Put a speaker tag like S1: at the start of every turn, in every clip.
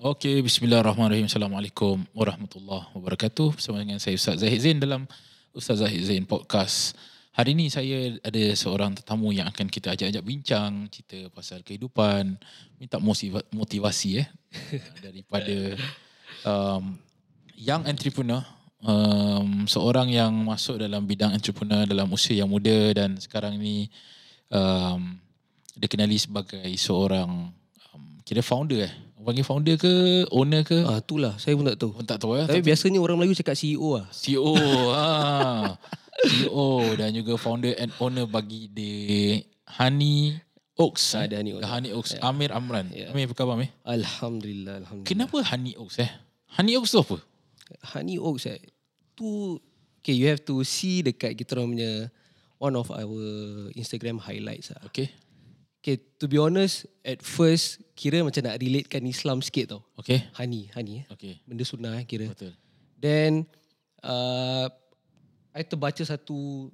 S1: Okey, bismillahirrahmanirrahim. Assalamualaikum warahmatullahi wabarakatuh. Bersama dengan saya Ustaz Zahid Zain dalam Ustaz Zahid Zain Podcast. Hari ini saya ada seorang tetamu yang akan kita ajak-ajak bincang, cerita pasal kehidupan, minta motiva- motivasi eh daripada um, young entrepreneur, um, seorang yang masuk dalam bidang entrepreneur dalam usia yang muda dan sekarang ni um, dikenali sebagai seorang um, kira founder eh. Orang panggil founder ke owner ke?
S2: Ah, itulah. Saya pun tak tahu.
S1: Pun tak tahu ya.
S2: Tapi biasanya orang Melayu cakap CEO lah.
S1: CEO. E ha. CEO dan juga founder and owner bagi The Honey Oaks.
S2: Ah,
S1: eh?
S2: The Honey Oaks.
S1: The Honey Oaks. Amir Amran.
S2: Ya.
S1: Amir apa khabar Amir?
S2: Alhamdulillah. Alhamdulillah.
S1: Kenapa Honey Oaks eh? Honey Oaks tu apa?
S2: Honey Oaks eh. Tu, okay, you have to see dekat kita orang punya one of our Instagram highlights lah.
S1: Okay.
S2: Okay, to be honest, at first, kira macam nak relatekan Islam sikit tau.
S1: Okay.
S2: Honey, honey eh.
S1: Okay.
S2: Benda sunnah eh, kira.
S1: Betul.
S2: Then, uh, I terbaca satu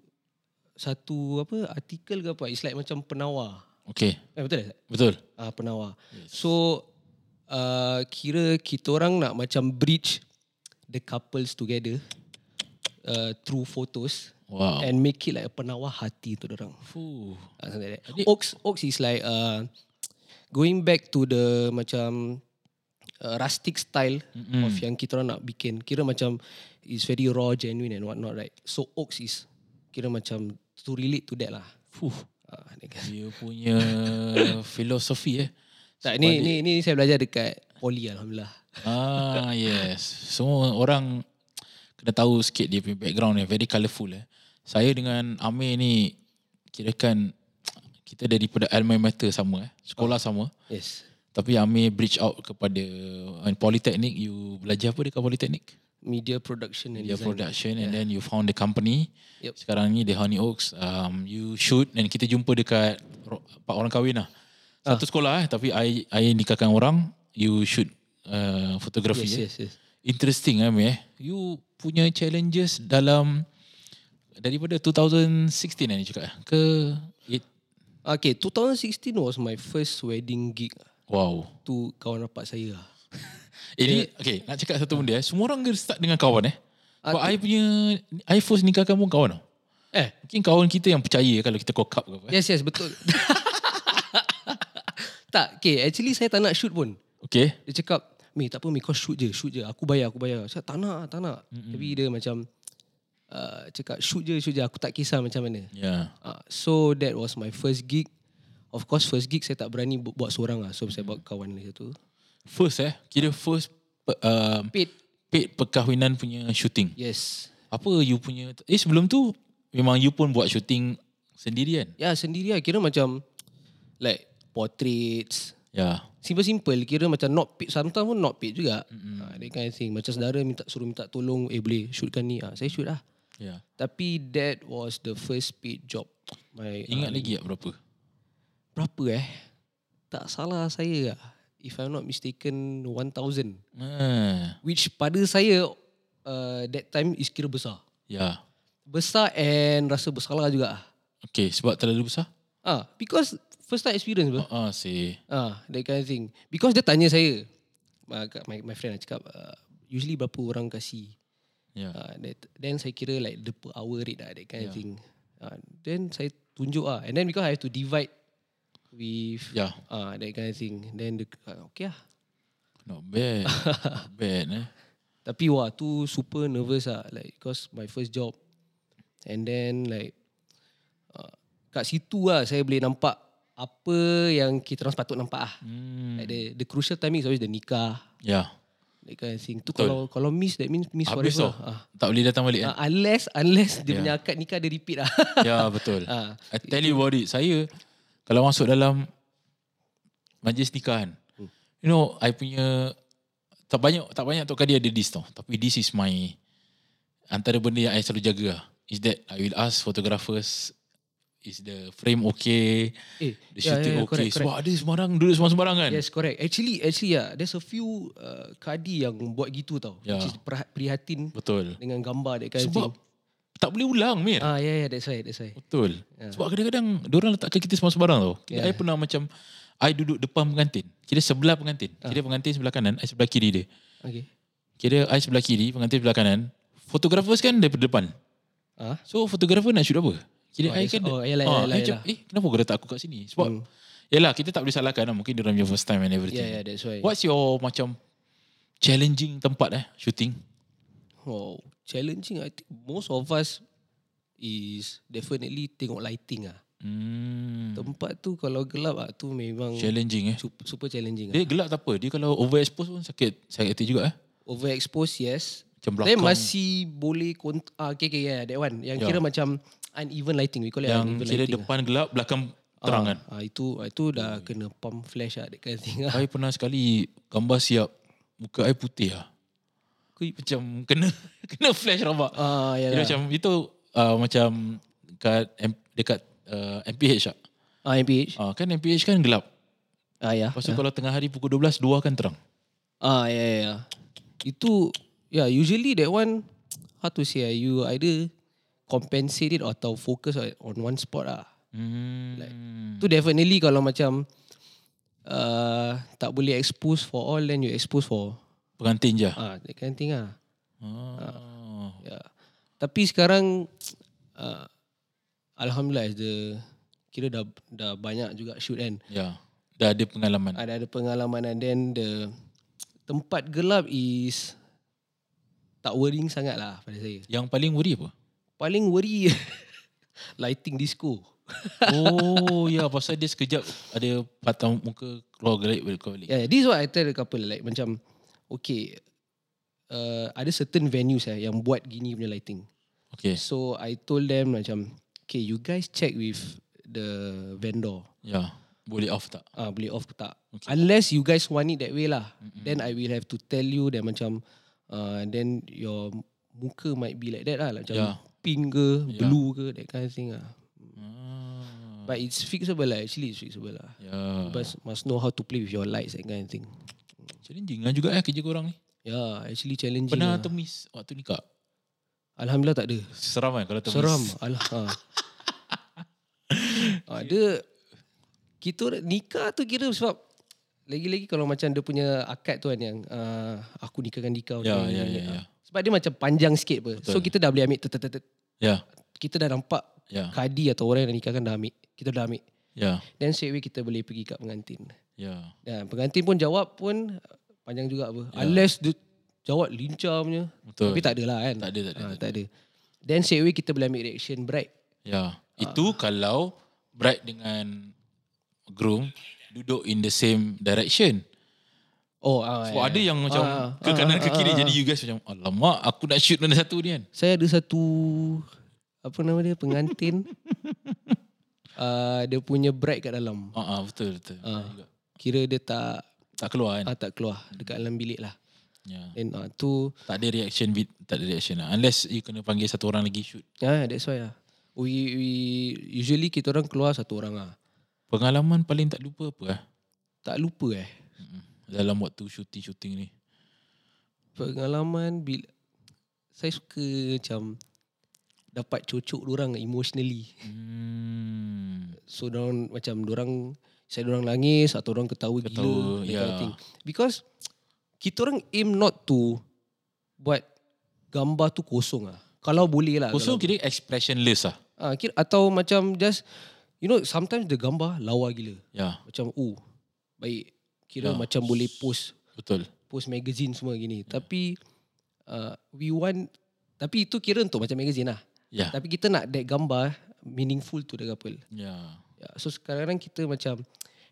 S2: satu apa artikel ke apa. It's like macam penawar.
S1: Okay.
S2: Eh, betul tak?
S1: Betul.
S2: uh, penawar. Yes. So uh, kira kita orang nak macam bridge the couples together uh, through photos
S1: Wow.
S2: and make it like a penawar hati tu orang.
S1: Fuh.
S2: Uh, something like that. Oaks Oaks is like uh, going back to the macam uh, rustic style mm-hmm. of yang kita orang nak bikin. Kira macam is very raw, genuine and what not right. So Oaks is kira macam to relate to that lah.
S1: Fuh.
S2: Uh,
S1: Dia punya filosofi eh.
S2: tak, ni, ni, ni saya belajar dekat Poli Alhamdulillah.
S1: Ah yes. Semua orang kena tahu sikit dia punya background ni. Very colourful eh. Saya dengan Amir ni kirakan kita daripada alma mater sama eh. Sekolah sama.
S2: Yes.
S1: Tapi Amir bridge out kepada uh, Polytechnic. You belajar apa dekat Polytechnic?
S2: Media production and
S1: Media
S2: design.
S1: production and then you found the company.
S2: Yep.
S1: Sekarang ni The Honey Oaks. Um, you shoot and kita jumpa dekat ro- empat orang kahwin lah.
S2: Ah.
S1: Satu sekolah eh. Tapi I, I nikahkan orang. You shoot uh, fotografi
S2: Yes,
S1: eh.
S2: yes, yes.
S1: Interesting Ami eh. You punya challenges dalam daripada 2016 eh ni cakap eh? ke it,
S2: Okay, 2016 was my first wedding gig
S1: wow.
S2: tu kawan rapat saya. lah.
S1: Ini okay, nak cakap satu benda eh. Semua orang kena start dengan kawan eh. Sebab I punya I first nikahkan pun kawan tau.
S2: Eh,
S1: Mungkin kawan kita yang percaya kalau kita cock up ke apa. eh.
S2: yes, yes, betul. tak, okay, actually saya tak nak shoot pun.
S1: Okay.
S2: Dia cakap, Mi, tak apa Mi, kau shoot je, shoot je. Aku bayar, aku bayar. Saya tak nak, tak nak. Mm-hmm. Tapi dia macam, uh, cakap shoot je, shoot je. Aku tak kisah macam mana.
S1: Ya.
S2: Uh, so that was my first gig. Of course, first gig saya tak berani bu- buat seorang lah. So, saya buat kawan dia tu.
S1: First eh, kira first pe- um,
S2: Paid.
S1: paid perkahwinan punya shooting.
S2: Yes.
S1: Apa you punya eh sebelum tu memang you pun buat shooting kan? sendirian.
S2: Ya sendiri lah Kira macam Like Portraits
S1: Ya.
S2: Simple-simple Kira macam not paid Sometimes pun not paid juga mm-hmm. ha, That kind of thing Macam saudara minta, suruh minta tolong Eh boleh shootkan ni ha, Saya shoot lah
S1: Ya.
S2: Tapi that was the first paid job My,
S1: Ingat lagi tak berapa?
S2: Berapa eh Tak salah saya lah If I'm not mistaken 1000
S1: Ah,
S2: Which pada saya uh, That time is kira besar
S1: ya.
S2: Besar and rasa bersalah juga
S1: Okay, sebab terlalu besar?
S2: Ah, ha, Because first time experience bro.
S1: Ah, si.
S2: Ah, that kind of thing. Because dia tanya saya, ah, kat- my, my friend lah cakap, uh, usually berapa orang kasi.
S1: Ya.
S2: Uh, that, then saya kira like the per hour rate lah, that kind yeah. of thing. Uh, then saya tunjuk ah, and then because I have to divide with
S1: Ya.
S2: ah that kind of thing. Then the, uh, okay lah.
S1: Not bad. Not bad eh.
S2: Tapi wah tu super nervous ah, like because my first job. And then like uh, kat situ lah saya boleh nampak apa yang kita orang sepatut nampak ah.
S1: Hmm.
S2: Like the, the crucial timing is always the nikah.
S1: Ya.
S2: That kind of thing. Tu kalau kalau miss that means miss
S1: Habis tau. Ya.
S2: forever. Ah.
S1: Tak boleh datang balik kan?
S2: Ah, unless unless dia punya akad nikah dia repeat lah.
S1: Ya, betul.
S2: Ah.
S1: I tell you about it. Saya, kalau masuk dalam majlis nikah kan,
S2: Hmm.
S1: you know, I punya, tak banyak, tak banyak tu kali ada this tau. Tapi this is my, antara benda yang I selalu jaga lah, is that I will ask photographers, is the frame okay,
S2: eh,
S1: the shooting okay.
S2: correct, correct.
S1: Sebab ada sembarang, duduk sembarang-sembarang kan?
S2: Yes, correct. Actually, actually ya, yeah, there's a few uh, kadi yang buat gitu tau.
S1: Ya.
S2: Which is perha- prihatin
S1: Betul.
S2: dengan gambar that kind
S1: Sebab
S2: of thing.
S1: tak boleh ulang Mir.
S2: Ah, yeah, yeah, that's right, that's right. Ya,
S1: Betul. Sebab kadang-kadang diorang letakkan kita semua sembarang tau. Yeah. I pernah macam I duduk depan pengantin. Kira sebelah pengantin.
S2: Ah.
S1: Kira pengantin sebelah kanan, I sebelah kiri dia.
S2: Okay.
S1: Kira I sebelah kiri, pengantin sebelah kanan. Photographers kan daripada depan.
S2: Ah.
S1: So photographer nak shoot apa? Kira
S2: Oh,
S1: I
S2: yes.
S1: kan
S2: Oh, yalah,
S1: Ah,
S2: yalah,
S1: I
S2: yalah,
S1: macam,
S2: yalah.
S1: Eh kenapa kau letak aku kat sini? Sebab
S2: Hmm.
S1: Yalah kita tak boleh salahkan lah. Mungkin dia orang punya first time and everything.
S2: Yeah, yeah, Ya, that's why.
S1: What's your macam challenging tempat eh shooting?
S2: Oh, challenging. I think most of us is definitely tengok lighting ah.
S1: Hmm,
S2: Tempat tu kalau gelap ah tu memang
S1: challenging eh.
S2: super, super challenging ah.
S1: Dia gelap tak apa. Dia kalau overexposed pun sakit sakit hati juga eh.
S2: Overexposed, yes.
S1: Macam
S2: Tapi
S1: belakang.
S2: masih boleh kont- ah, okay, okay, yeah, that one. Yang
S1: Yeah.
S2: kira macam uneven lighting. We call it
S1: yang
S2: uneven
S1: kira
S2: lighting.
S1: depan gelap, belakang terang kan. Oh, ya.
S2: Ah, itu itu dah kena pump flash ah that kind of thing ah.
S1: Saya pernah sekali gambar siap muka saya putih ah. Aku macam kena kena flash rabak.
S2: Ah, ya.
S1: Kira macam itu uh, macam dekat M- dekat uh, MPH ah.
S2: Ah, MPH.
S1: Uh, kan MPH kan gelap.
S2: Ah, ya.
S1: Lepas tu kalau tengah hari pukul 12 dua akan terang.
S2: Ah, ya, ya, ya. Itu, yeah, usually that one, how to say, ah, you either compensate it atau focus on on one spot lah.
S1: Hmm.
S2: Tu definitely kalau macam uh, tak boleh expose for all, then you expose for
S1: pengantin je.
S2: ah, that kind of thing lah.
S1: Oh.
S2: Yeah. Ya. Tapi sekarang uh, Alhamdulillah is the kira dah dah banyak juga shoot kan.
S1: Ya. Dah ada pengalaman.
S2: Ada ada pengalaman and then the tempat gelap is tak worrying sangat lah pada saya.
S1: Yang paling worry apa?
S2: Paling worry lighting disco.
S1: Oh ya pasal dia sekejap ada patah muka keluar gelik balik keluar balik.
S2: Yeah, Ya, this is what I tell the couple like macam okay uh, ada certain venues eh, yang buat gini punya lighting.
S1: Okay.
S2: So I told them macam okay you guys check with the vendor.
S1: Ya. Boleh off tak?
S2: ah boleh off ke tak.
S1: Okay.
S2: Okay. Unless you guys want it that way lah. Mm-hmm. Then I will have to tell you that macam uh, then your muka might be like that lah. Like, macam
S1: Yeah.
S2: yeah. pink ke,
S1: Yeah.
S2: yeah. blue ke, that kind of thing lah.
S1: Ah.
S2: But it's fixable lah. Actually it's fixable lah.
S1: Ya.
S2: But must know how to play with your lights that kind of thing.
S1: Challenging lah juga eh kerja korang ni.
S2: Yeah, actually challenging.
S1: Pernah
S2: lah.
S1: temis waktu nikah?
S2: Alhamdulillah tak ada.
S1: Seram kan kalau temis.
S2: Seram. Alah. Ha. ha, dia kita orang- nikah tu kira sebab lagi-lagi kalau macam dia punya akad tu kan yang uh, aku nikahkan dia kau.
S1: Ya,
S2: ni,
S1: ya,
S2: ni, ni.
S1: ya, ya.
S2: Sebab dia macam panjang sikit apa. So kita dah boleh ambil tet, tet, tet, tet.
S1: Ya.
S2: kita dah nampak
S1: Ya.
S2: kadi atau orang yang dah nikahkan dah ambil. Kita dah ambil.
S1: Ya.
S2: Then straight away kita boleh pergi kat pengantin.
S1: Ya.
S2: Dan pengantin pun jawab pun panjang juga apa. Yeah. Unless dia jawab lincah punya.
S1: Ya. Betul.
S2: Tapi tak ada lah kan.
S1: Tak ada, tak ada,
S2: Ha, tak ada. Then straight away kita boleh ambil reaction bride.
S1: Ya. Itu kalau bride dengan groom duduk in the same direction.
S2: Oh, ah,
S1: Oh,
S2: eh.
S1: ada yang macam
S2: Ah,
S1: ke
S2: ah,
S1: kanan
S2: ah,
S1: ke kiri
S2: ah,
S1: jadi you guys macam alamak aku nak shoot mana satu ni kan.
S2: saya ada satu apa nama dia pengantin. uh, dia punya bride kat dalam.
S1: Ha ah, betul betul.
S2: Ah, kira dia tak
S1: Tak keluar kan.
S2: ah, tak keluar dekat dalam bilik lah.
S1: Ya.
S2: And uh, tu
S1: Tak ada reaction with, tak ada reaction lah. Unless you kena panggil satu orang lagi shoot.
S2: yeah, that's why lah. We, we usually kita orang keluar satu orang ah.
S1: Pengalaman paling tak lupa apa eh?
S2: Tak lupa eh.
S1: Mm-mm. Dalam waktu shooting-shooting ni.
S2: Pengalaman bila saya suka macam dapat cocok orang emotionally.
S1: Hmm.
S2: So dorang macam dorang saya dorang nangis atau dorang ketawa,
S1: Ketawa,
S2: ketawa gila that kind
S1: ya.
S2: of thing. Because kita orang aim not to buat gambar tu kosong ah. Kalau boleh lah.
S1: Kosong kira expressionless lah.
S2: Kalau, ah, kira, atau macam just you know sometimes the gambar lawa gila.
S1: Ya,
S2: Macam oh baik
S1: Ah.
S2: kira macam boleh post
S1: betul.
S2: post magazine semua gini.
S1: Ya.
S2: Tapi uh, we want tapi itu kira untuk macam magazine lah.
S1: Ya.
S2: Tapi kita nak that gambar meaningful to the couple.
S1: Ya.
S2: Yeah, so sekarang kita macam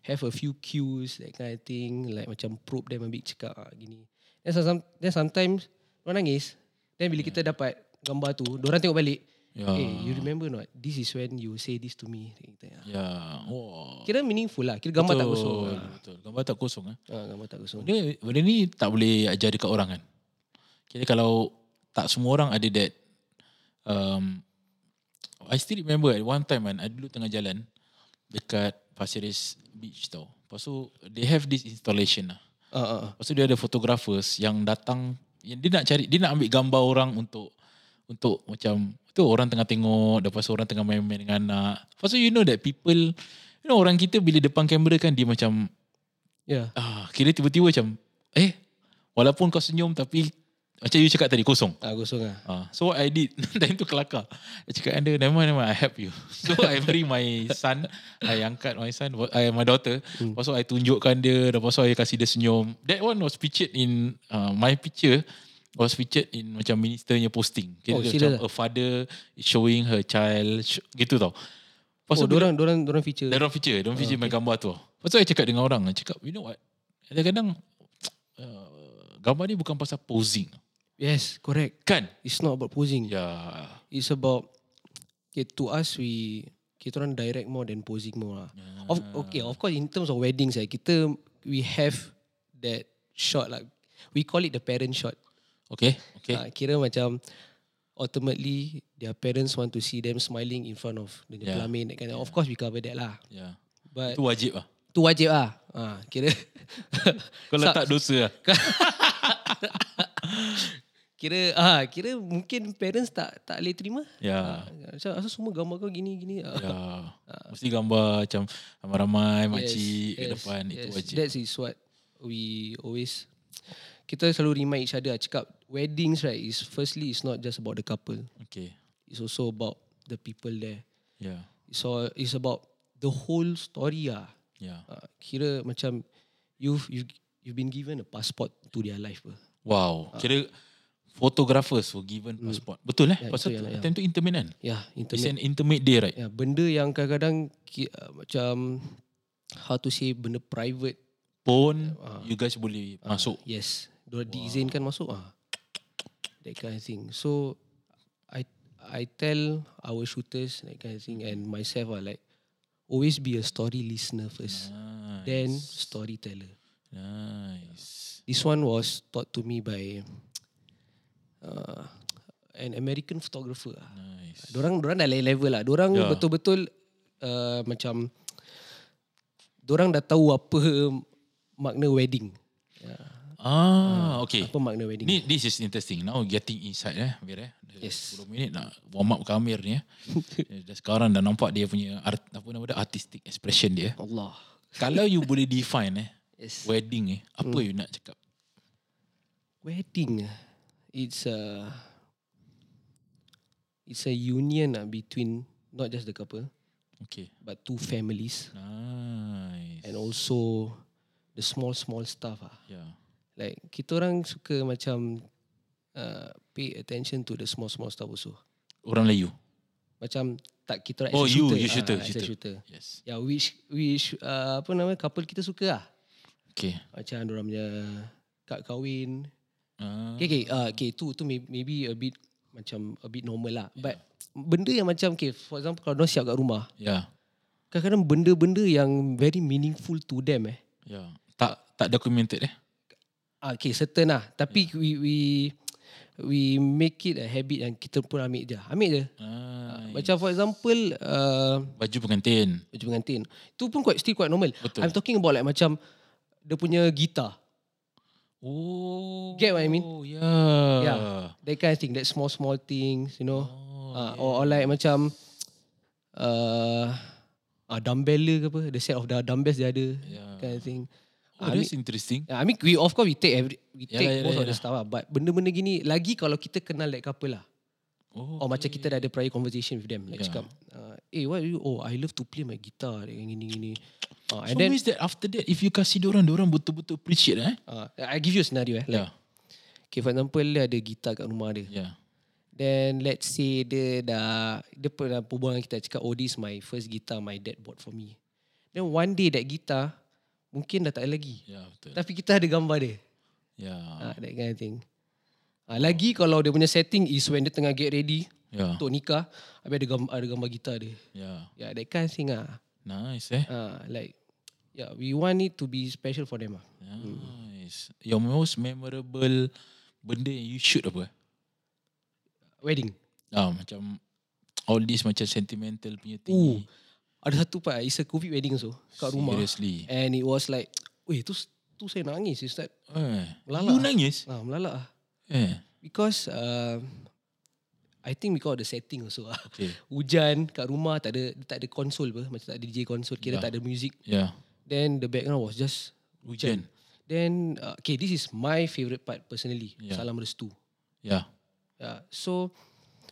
S2: have a few cues that kind of thing like macam probe them a bit cakap ah, gini. Then, some, then sometimes orang nangis. Then bila kita dapat gambar tu, orang tengok balik.
S1: Hmm. Ya.
S2: Hey, you remember not? This is when you say this to me. Kita-
S1: Ya. Wah.
S2: Kira meaningful lah. Kira gambar tak kosong.
S1: Betul, Betul. Gambar tak kosong eh.
S2: Ah, gambar tak kosong.
S1: Benda, benda ni tak boleh ajar dekat orang kan. Kira kalau tak semua orang ada that. Um, I still remember at one time kan, I dulu tengah jalan dekat Pasir Ris Beach tau. Lepas tu, they have this installation lah.
S2: Ah, ah, ah.
S1: Lepas tu dia ada photographers yang datang, yang dia nak cari, dia nak ambil gambar orang untuk untuk macam tu orang tengah tengok, lepas tu orang tengah main-main dengan anak. Lepas tu you know that people you know orang kita bila depan kamera kan dia macam
S2: Yeah.
S1: ah kira tiba-tiba macam eh walaupun kau senyum tapi macam you cakap tadi kosong.
S2: Ah, gosong lah.
S1: Ah, so what I did Time tu kelakar I cakap dengan dia Never mind, never mind I help you So I bring my son I angkat my son I, My daughter hmm. Lepas tu I tunjukkan dia Lepas tu I kasih dia senyum That one was featured in uh, My picture Was featured in Macam ministernya posting Kita
S2: Oh,
S1: macam
S2: serious ah?
S1: A father is Showing her child sh- Gitu tau Lepas
S2: Oh,
S1: tu bila-
S2: dorang, Ah, dorang, dorang feature.
S1: dia orang feature Dia orang feature main gambar tu Lepas tu saya cakap dengan orang I cakap you know what Kadang-kadang uh, Gambar ni bukan pasal posing
S2: Yes, correct.
S1: Kan
S2: It's not about posing.
S1: Ya
S2: It's about okay, to us we kita orang direct more than posing more. Lah.
S1: Ah.
S2: Of okay, of course in terms of weddings eh, kita we have that shot like we call it the parent shot.
S1: Okay Okay
S2: Okay. kira macam ultimately their parents want to see them smiling in front of the
S1: Yeah.
S2: yeah. pelamin that kind of, of course we cover that lah.
S1: Ya.
S2: But
S1: Itu wajib lah.
S2: tu wajib lah. Ha, kira
S1: Kau
S2: Sa-
S1: letak dosa lah.
S2: kira ah kira mungkin parents tak tak boleh terima.
S1: Ya.
S2: Ha, macam asal semua gambar kau gini gini. Ah.
S1: Ya. Mesti gambar macam ramai-ramai makcik yes, kat depan. Yes, itu wajib.
S2: That is what we always kita selalu remind each other lah, cakap weddings right is firstly it's not just about the couple.
S1: Okay.
S2: It's also about the people there.
S1: Ya.
S2: It's all it's about the whole story ah.
S1: Ya.
S2: Uh, kira macam you've you you've been given a passport to their life. Bah.
S1: Wow. Kira photographers were given passport. Betul eh?
S2: Ya,
S1: Pasal
S2: itu yang-
S1: tu- time tu intimate kan?
S2: Yeah,
S1: It's
S2: intimate.
S1: an intimate day right?
S2: Yeah, Ya, benda yang kadang-kadang ki- uh, macam how to say benda private.
S1: Pun you guys boleh masuk.
S2: Yes. Dia wow. diizinkan masuk ah. That kind of thing. So I I tell our shooters that kind of thing and myself ah like always be a story listener first.
S1: Nice.
S2: Then storyteller.
S1: Nice.
S2: This one was taught to me by uh, an American photographer. ah.
S1: Nice.
S2: Dorang dorang dah lain level lah. Dorang
S1: Ya.
S2: yeah. betul-betul uh, macam dorang dah tahu apa makna wedding.
S1: Ah, okay.
S2: Apa makna wedding?
S1: Ni this is interesting. Now getting inside eh, Amir eh. Dah
S2: Yes.
S1: 10 minit nak warm up ke Amir ni eh. Dia dah sekarang dah nampak dia punya art, apa nama dia artistic expression dia. eh.
S2: Allah.
S1: Kalau you boleh define eh
S2: Yes.
S1: wedding eh, apa
S2: Hmm.
S1: you nak cakap?
S2: Wedding. ah, It's a it's a union ah between not just the couple
S1: Okay.
S2: but two families
S1: Nice. Ya.
S2: and also the small small stuff ah.
S1: Yeah.
S2: Like kita orang suka macam uh, pay attention to the small small stuff also.
S1: Orang Melayu.
S2: Macam tak kita orang
S1: Oh,
S2: as a
S1: you,
S2: shooter,
S1: you shooter,
S2: ah, as a
S1: shooter.
S2: shooter.
S1: Yes.
S2: Ya, yeah, which which uh, apa nama couple kita suka lah.
S1: Okay.
S2: Macam orang punya kad kahwin.
S1: Ah.
S2: Okay, okay, uh, okay tu tu may- maybe a bit macam a bit normal lah. But benda yang macam okay, for example kalau dia siap kat rumah,
S1: Yeah.
S2: kadang-kadang benda-benda yang very meaningful to them eh.
S1: Yeah. Ya. Tak tak documented eh.
S2: Ah, Okay, certain lah. Tapi yeah. we we we make it a habit yang kita pun ambil je. Ambil je.
S1: Ah.
S2: Macam for example, uh,
S1: Baju pengantin.
S2: baju pengantin. Tu pun quite still quite normal.
S1: Betul.
S2: I'm talking about like macam dia punya gitar.
S1: Oh.
S2: Get what I mean? Ya.
S1: Oh, yeah.
S2: Yeah. That kind of thing. That small small things, you know.
S1: Oh,
S2: Oh, uh, yeah. or, or like macam uh, uh, dumbbell dia ke apa. The set of the dumbbells dia ada.
S1: Yeah.
S2: Kind of thing.
S1: Oh, that's interesting.
S2: Yeah, I mean, we, of course, we take every, we
S1: Yalah,
S2: take
S1: yalah,
S2: most of the
S1: yalah.
S2: stuff lah. But benda-benda gini, lagi kalau kita kenal that couple lah.
S1: Oh.
S2: Or macam kita dah ada prior conversation with them. Like
S1: Yeah.
S2: yeah. cakap, uh, eh, what you, oh, I love to play my guitar. Yang gini, gini.
S1: So
S2: Uh, and then,
S1: means that after that if you kasih diorang diorang betul-betul appreciate eh.
S2: uh, I give you a scenario eh. Like,
S1: Yeah.
S2: okay, for example, dia ada gitar kat rumah dia.
S1: Yeah.
S2: Then let's say dia dah dia pernah perbualan kita cakap oh this is my first guitar my dad bought for me. Then one day that guitar mungkin dah tak ada lagi.
S1: Yeah, betul.
S2: Tapi kita ada gambar dia.
S1: Yeah.
S2: Ah that kind of thing. Ah lagi kalau dia punya setting is when dia tengah get ready
S1: Yeah.
S2: untuk nikah, habis ada gambar ada gambar gitar dia.
S1: Yeah.
S2: Yeah, that kind of thing ah.
S1: Nice eh.
S2: Ah like yeah, we want it to be special for them ah.
S1: Nice. Your most memorable benda yang you shoot apa?
S2: Wedding.
S1: Ah, macam all this macam sentimental punya
S2: Ooh.
S1: tinggi.
S2: Ada satu part it's a covid wedding so kat rumah.
S1: Seriously.
S2: And it was like, weh tu tu saya nangis Ustaz.
S1: Eh.
S2: Melalak
S1: You
S2: ah.
S1: nangis?
S2: Ah, melalak ah.
S1: Eh.
S2: Because uh, I think because of the setting also lah.
S1: Okay.
S2: Hujan kat rumah tak ada tak ada konsol apa, macam tak ada DJ konsol, kira yeah. tak ada music.
S1: Yeah.
S2: Then the background was just
S1: Hujan.
S2: hujan. Then uh, okay, this is my favorite part personally.
S1: Yeah.
S2: Yeah. Salam restu.
S1: Yeah.
S2: Yeah. So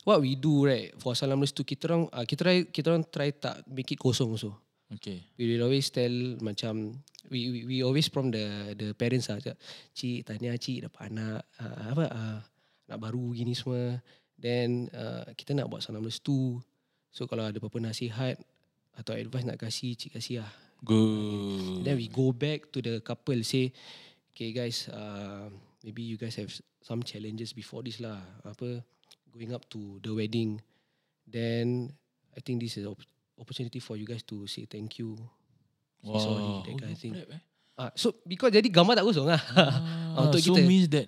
S2: what we do right for salam restu kita orang uh, kita try kita orang try tak make it kosong also.
S1: Okay.
S2: We will always tell macam we we, we always from the the parents lah. cakap, Cik tanya cik dapat anak uh, apa uh, anak baru gini semua. Then uh, kita nak buat salam restu. So kalau ada apa-apa nasihat atau advice nak kasih cik kasih lah.
S1: Good.
S2: Then we go back to the couple say, okay guys, uh, maybe you guys have some challenges before this lah. Apa going up to the wedding, then I think this is op- opportunity for you guys to say thank you. say
S1: Wow.
S2: sorry, that
S1: Oh,
S2: kind of
S1: you
S2: thing.
S1: prep, eh?
S2: Ah, so because jadi gambar tak kosong lah.
S1: Ah,
S2: untuk
S1: so
S2: kita.
S1: means that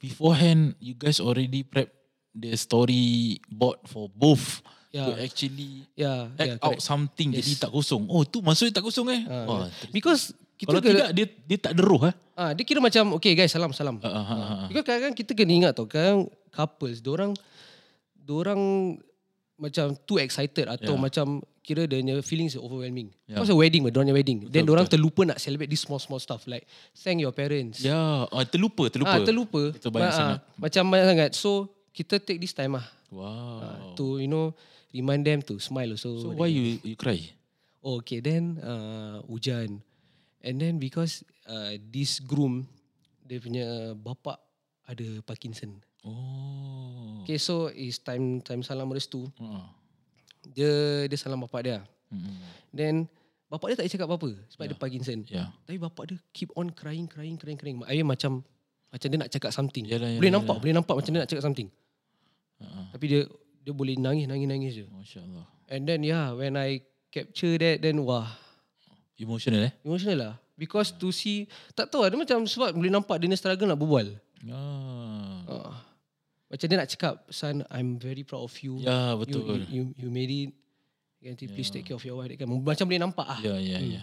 S1: beforehand you guys already prep the story board for both
S2: Yeah.
S1: to actually
S2: yeah,
S1: act
S2: yeah,
S1: out
S2: Ya, correct.
S1: something yes. jadi
S2: Yes.
S1: tak kosong. Oh tu maksudnya tak kosong eh.
S2: Ah,
S1: Wah,
S2: yeah.
S1: ter-
S2: Because kita
S1: kalau
S2: kena-
S1: tidak dia dia tak ada roh eh.
S2: Ah, dia kira macam okay guys salam salam.
S1: Ah, ah, ah, ah.
S2: Because kadang-kadang kita kena ingat tau, kadang couples orang orang macam too excited atau
S1: Yeah.
S2: yeah. macam kira dia punya feelings is overwhelming.
S1: Yeah.
S2: Yeah. Because a wedding, dia punya wedding. Then
S1: Ya. Betul,
S2: orang terlupa nak celebrate this small small stuff like thank your parents.
S1: Ya, ah, terlupa terlupa.
S2: Ah, terlupa.
S1: Itu banyak
S2: Ah, ah,
S1: sangat.
S2: Macam banyak sangat. So kita take this time ah
S1: Wow.
S2: oh. to you know remind them to smile also.
S1: so why you you cry?
S2: Oh, okay, then uh, hujan. And then because uh, this groom, dia punya bapa ada Parkinson.
S1: Oh.
S2: Okay, so it's time time salam restu.
S1: Ah.
S2: Dia dia salam bapa dia.
S1: Mm-mm.
S2: Then bapa dia tak boleh cakap apa-apa sebab yeah. dia Parkinson.
S1: Ya.
S2: Yeah. Tapi bapa dia keep on crying, crying, crying, crying. I mean, macam macam dia nak cakap something.
S1: Yalah, yalah,
S2: boleh
S1: yalah.
S2: nampak, boleh nampak macam dia nak cakap something.
S1: Ah, ah.
S2: Tapi dia dia boleh nangis, nangis, nangis je.
S1: Masya-Allah.
S2: And then yeah, when I capture that, then wah,
S1: Emotional eh?
S2: Emotional lah. Because to see, tak tahu lah, dia macam sebab boleh nampak dia ni struggle nak berbual.
S1: Ah.
S2: Uh, macam dia nak cakap, son, I'm very proud of you.
S1: Ya,
S2: You,
S1: betul.
S2: you, you, you made it. Ganti, yeah. please take care of your wife. That kind. Macam boleh nampak ah. Yeah.
S1: Ya, ya, ya.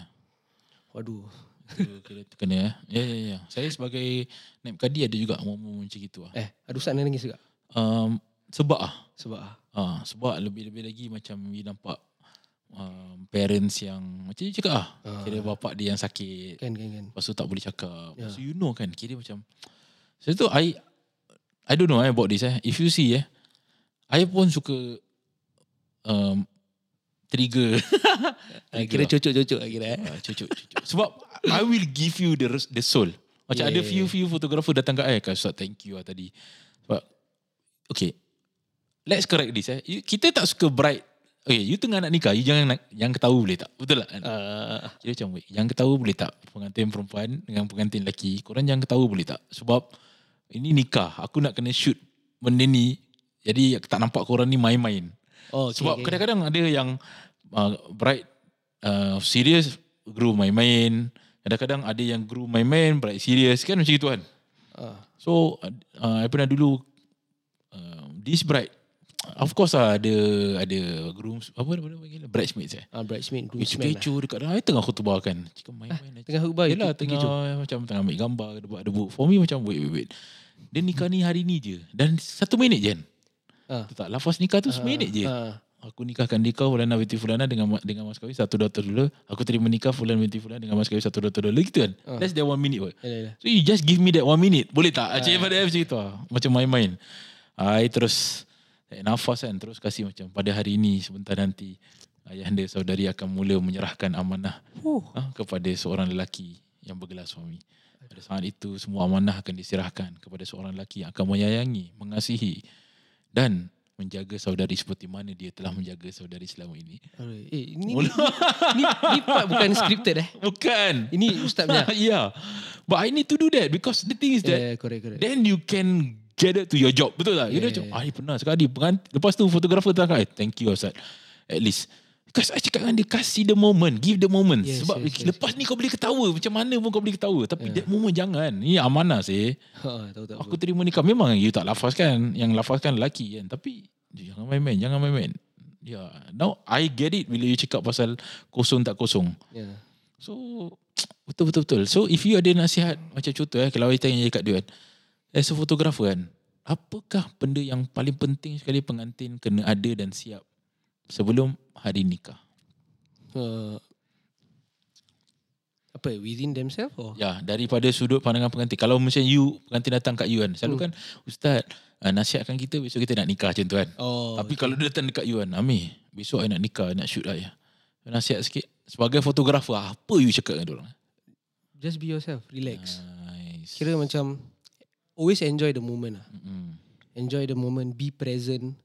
S2: Waduh.
S1: Itu kena, tu kena eh. Ya, ya, ya. Saya sebagai naib kadi ada juga momen macam gitu lah.
S2: Eh, ada Ustaz nak nangis juga.
S1: Um, sebab ah.
S2: Sebab ah.
S1: ah sebab lebih-lebih lagi macam we nampak um, parents yang macam you cakap ah.
S2: Ah.
S1: Kira bapak dia yang sakit.
S2: Kan, kan, kan.
S1: Lepas tu tak boleh cakap.
S2: Ya.
S1: Yeah. So you know kan, kira macam. Saya tu, I, I don't know eh, about this eh. If you see eh, I pun suka um, trigger.
S2: Ah, kira cocok-cocok lah kira eh.
S1: Ah, cucuk, cucuk. Sebab I will give you the res- the soul. Macam yeah, ada
S2: Yeah, yeah,
S1: few few photographer datang kat I, Kak Ustaz thank you lah tadi. Sebab, okay. Let's correct this eh. You, kita tak suka bride. Okay, you tengah nak nikah, you jangan nak, yang ketawa boleh tak? Betul tak? Uh,
S2: Uh,
S1: Kira macam, wait, yang ketawa boleh tak? Pengantin perempuan dengan pengantin lelaki, korang jangan ketawa boleh tak? Sebab, ini nikah. Aku nak kena shoot benda ni. Jadi, tak nampak korang ni main-main.
S2: oh,
S1: Sebab kadang-kadang ada yang uh, bride uh, serious, groom main-main. Kadang-kadang ada yang groom main-main, bride serious. Kan macam itu kan.
S2: Ah.
S1: So, uh, I pernah dulu, uh, this bride, of course lah ada, ada groom, apa nama dia panggil? Bridesmaids eh.
S2: Ah, bridesmaid, groomsman lah. Ah,
S1: Kecoh-kecoh dekat dalam. I tengah khutbah kan. Cakap main-main. aja.
S2: Tengah khutbah,
S1: Yelah
S2: kecoh-
S1: tengah macam tengah ambil gambar ke debat debu. For me macam wait wait wait. Dia nikah ni hari ni je. Dan satu minit je kan.
S2: Ah.
S1: Tu tak lafaz nikah tu seminit je.
S2: Ah,
S1: Aku nikahkan dia kau Fulana binti Fulana dengan ma- dengan mas kahwin satu daughter dulu. Aku terima nikah Fulan binti Fulan dengan mas kahwin satu daughter dulu gitu kan. Uh. That's their one minute. What.
S2: yelah, yelah.
S1: So you just give me that one minute. Boleh tak? Macam pada I macam itu lah. Macam main-main. I terus tarik nafas kan. Terus kasih macam pada hari ini sebentar nanti. Ayahanda saudari akan mula menyerahkan amanah
S2: Huh.
S1: ha, kepada seorang lelaki yang bergelar suami. Pada saat itu semua amanah akan diserahkan kepada seorang lelaki yang akan menyayangi, mengasihi dan menjaga saudari seperti mana dia telah menjaga saudari selama ini.
S2: Alright. Eh, ini, ni, ni, ni part bukan scripted eh.
S1: Bukan.
S2: Ini Ustaz punya.
S1: yeah. ya. But I need to do that because the thing is that
S2: Yeah, correct, correct.
S1: then you can get it to your job. Betul tak? You know,
S2: Yeah.
S1: macam, ah, I pernah sekali. Pengant- Lepas tu, photographer tangkap, eh, thank you, Ustaz. At least. Because I cakap dengan dia, kasih the moment. Give the moment.
S2: Yes,
S1: Sebab
S2: yes, yes.
S1: lepas ni kau boleh ketawa. Macam mana pun kau boleh ketawa. Tapi that moment jangan. Ini amanah sih.
S2: Ha, tahu tak apa.
S1: Aku terima nikah. Memang you tak lafaz kan. Yang lafaz kan lelaki kan. Tapi, jangan main-main. Jangan main-main. Ya, yeah. now I get it bila you cakap pasal kosong tak kosong.
S2: Yeah.
S1: So betul betul betul. So if you ada nasihat macam contoh eh kalau kita tanya dekat dia kan, as a photographer kan, apakah benda yang paling penting sekali pengantin kena ada dan siap sebelum hari nikah?
S2: Uh, apa within themselves or
S1: Ya, daripada sudut pandangan pengantin. Kalau macam you, pengantin datang kat you kan. Selalu
S2: Hmm.
S1: kan, Ustaz, uh, nasihatkan kita besok kita nak nikah macam tu kan.
S2: oh
S1: Tapi kalau dia datang dekat you kan, Ami, besok I nak nikah, I nak shoot I. Nasihat sikit. Sebagai fotografer, apa you cakap dengan diorang?
S2: just be yourself
S1: Ah.
S2: relax
S1: Nice.
S2: kira macam always enjoy the moment lah
S1: Mm.
S2: enjoy the moment be present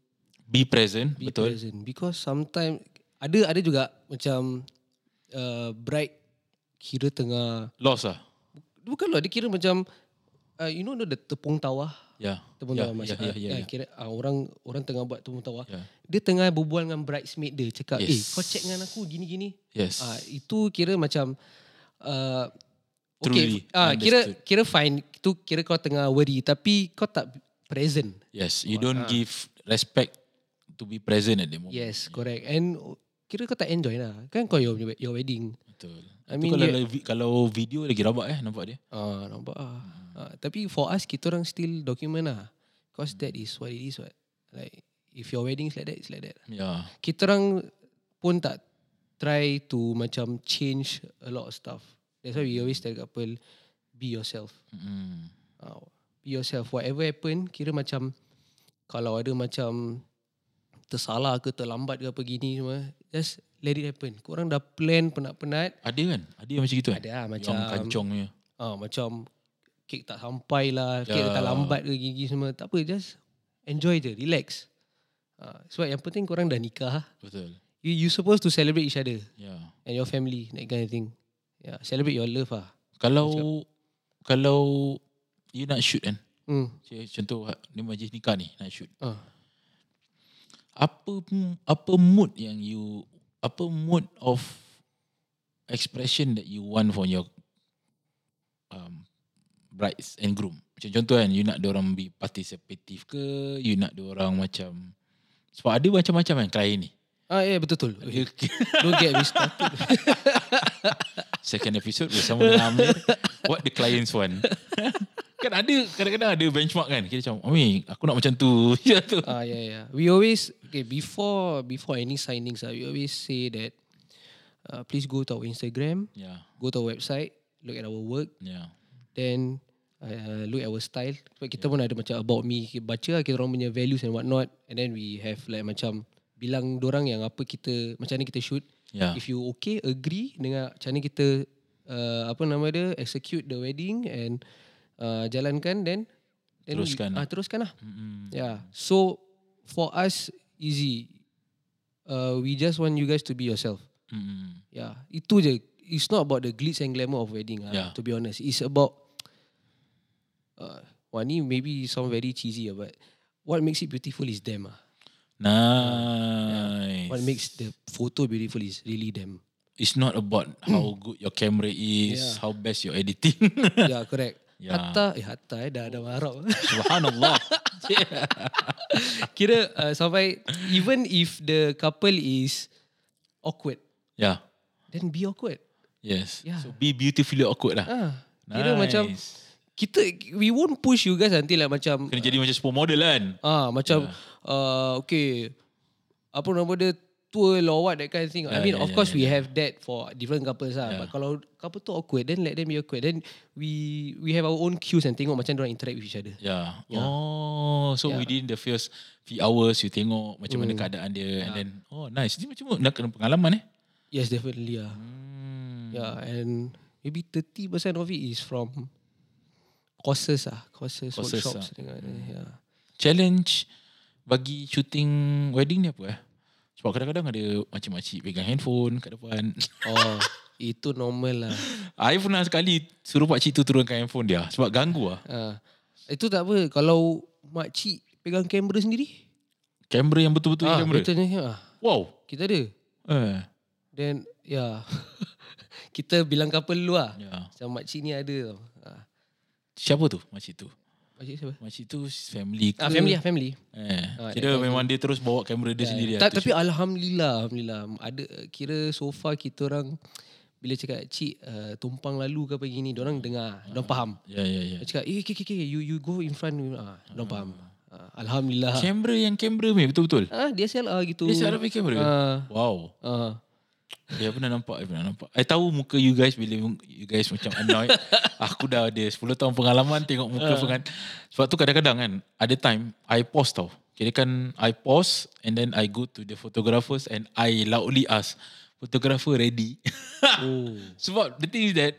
S1: Be present,
S2: be
S1: betul.
S2: present because sometimes ada ada juga macam uh, bright kira tengah
S1: Lost lah.
S2: bukan lah dia kira macam uh, you know the tepung tawah
S1: Ya.
S2: tepung
S1: Ya,
S2: tawah
S1: ya,
S2: macam
S1: ya, ya, ya.
S2: kira uh, orang orang tengah buat tepung tawah
S1: Ya.
S2: dia tengah berbual dengan bridesmaid dia cakap eh
S1: Yes.
S2: kau check dengan aku gini gini
S1: Yes.
S2: Ah itu kira macam uh,
S1: Truly
S2: okay, ah kira
S1: understood.
S2: kira fine. Itu kira kau tengah worry tapi kau tak present.
S1: Yes,
S2: ah,
S1: you don't give respect to be present at the moment.
S2: Yes, correct. And kira kau tak enjoy lah. Kan kau your, your wedding.
S1: Betul. I
S2: I
S1: mean,
S2: mean,
S1: kalau,
S2: dia-
S1: live- kalau video lagi rabak eh nampak dia.
S2: Ah nampak ah.
S1: Hmm.
S2: Ah, tapi for us kita orang still document lah. Cause that is what it is what. Like if your wedding is like that, it's like that.
S1: Ya. Yeah.
S2: Kita orang pun tak try to macam change a lot of stuff. That's why we always tell couple be yourself.
S1: Mm.
S2: uh, be yourself whatever happen kira macam kalau ada macam tersalah ke terlambat ke apa gini semua just let it happen korang dah plan penat-penat
S1: Ada kan? Ada yang macam gitu kan?
S2: ada lah macam
S1: Yang kancong punya.
S2: uh, macam kek tak sampai lah kek
S1: Ya.
S2: yeah. tak lambat ke gini semua tak apa just enjoy je relax uh, sebab yang penting korang dah nikah
S1: Betul.
S2: you, you supposed to celebrate each other
S1: Ya. Yeah.
S2: and your family that kind of thing yeah celebrate your love lah
S1: Kalau kalau you nak shoot kan?
S2: hmm
S1: Macam- Contoh ni majlis nikah ni nak shoot.
S2: uh.
S1: Apa apa mood yang you apa mood of expression that you want from your um, brides and groom. Macam contoh kan, you nak orang be participative ke, you nak orang macam sebab ada macam-macam kan klien ni.
S2: ah yeah, betul betul
S1: Dia-
S2: don't get me started
S1: second episode bersama dengan Amir what the clients want kan ada kadang-kadang ada benchmark kan kita macam Amir aku nak macam tu macam tu
S2: Ah yeah yeah. We always okay before before any signings ah, we always say that uh, please go to our Instagram,
S1: ya
S2: go to our website, look at our work,
S1: ya
S2: then uh, look at our style. Sebab kita pun ada macam about me kita baca lah kita orang punya values and what not and then we have like macam bilang dorang yang apa kita macam mana kita shoot.
S1: ya
S2: If you okay agree dengan macam mana kita uh, apa nama dia execute the wedding and uh, jalankan then then we-
S1: Teruskan.
S2: ah teruskan lah.
S1: Mm-mm.
S2: Yeah. So for us easy. Uh, we just want you guys to be yourself.
S1: Mm-mm.
S2: Yeah. Itu je. It's not about the glitz and glamour of wedding. ah,
S1: Yeah.
S2: To be honest, it's about. Uh, wah ni maybe sound very cheesy ah, but what makes it beautiful is them ah.
S1: nice
S2: What makes the photo beautiful is really them.
S1: it's not about how good your camera is
S2: Yeah.
S1: how best your editing
S2: yeah, Ya, correct.
S1: Yeah.
S2: Hatta, eh hatta eh, dah ada marah.
S1: subhanallah
S2: Kira uh, sampai even if the couple is awkward,
S1: yeah
S2: then be awkward.
S1: yes
S2: Yeah.
S1: so be beautifully awkward lah
S2: Ah, kira macam
S1: Nice.
S2: kita we won't push you guys until like macam
S1: kena jadi macam semua model kan
S2: ah macam uh, okay apa nama dia tour or what that kind of thing.
S1: Yeah,
S2: I mean
S1: yeah, yeah,
S2: of course we have that for different couples lah. But kalau couple tu awkward then let them be awkward. Then we we have our own cues and tengok macam orang interact with each other.
S1: Yeah. Oh, so
S2: Yeah.
S1: within the first few hours you tengok macam mana keadaan dia and then oh nice. Dia macam nak kena pengalaman eh.
S2: Yes definitely lah.
S1: Hmm.
S2: Yeah and maybe 30% of it is from courses ah, courses,
S1: Courses Hmm.
S2: workshops dengan yeah.
S1: Challenge bagi shooting wedding ni apa eh? Sebab kadang-kadang ada makcik-makcik pegang handphone kat depan.
S2: Oh, itu normal lah.
S1: I pernah sekali suruh pakcik tu turunkan handphone dia sebab ganggu ah.
S2: Ha. Itu tak apa. Kalau makcik pegang kamera sendiri.
S1: Kamera yang betul-betul
S2: ah,
S1: kamera.
S2: Kita, ni, ah,
S1: Wow.
S2: kita ada.
S1: Eh.
S2: Then, ya. Yeah. kita bilang couple dulu lah.
S1: Ya.
S2: Macam makcik ni ada tau. Ah,
S1: Siapa tu makcik tu?
S2: makcik siapa?
S1: Makcik tu family ke?
S2: Ah, family lah, family.
S1: Eh.
S2: Ah,
S1: Kira memang dia terus bawa
S2: Ya,
S1: kamera dia sendiri. ah.
S2: Ta- tapi Alhamdulillah, Alhamdulillah. Ada, kira so far kita orang bila cakap cik uh, tumpang lalu ke apa gini, orang dengar, orang faham.
S1: Ya, ya, ya.
S2: Dia cakap, eh, okay, okay, okay, you, you go in front. Ah, orang faham. Ah, Alhamdulillah.
S1: Kamera yang kamera ni betul-betul.
S2: Ah, DSLR gitu.
S1: Dia secara kamera.
S2: Ah,
S1: Wow.
S2: ah.
S1: Ya pernah nampak, I pernah nampak. I tahu muka you guys bila you guys macam annoyed. aku dah ada 10 tahun pengalaman tengok muka uh. pengan. Sebab tu kadang-kadang kan, ada time I pause tau. Kira kan I pause and then I go to the photographers and I loudly ask, photographer ready?
S2: Oh.
S1: Sebab the thing is that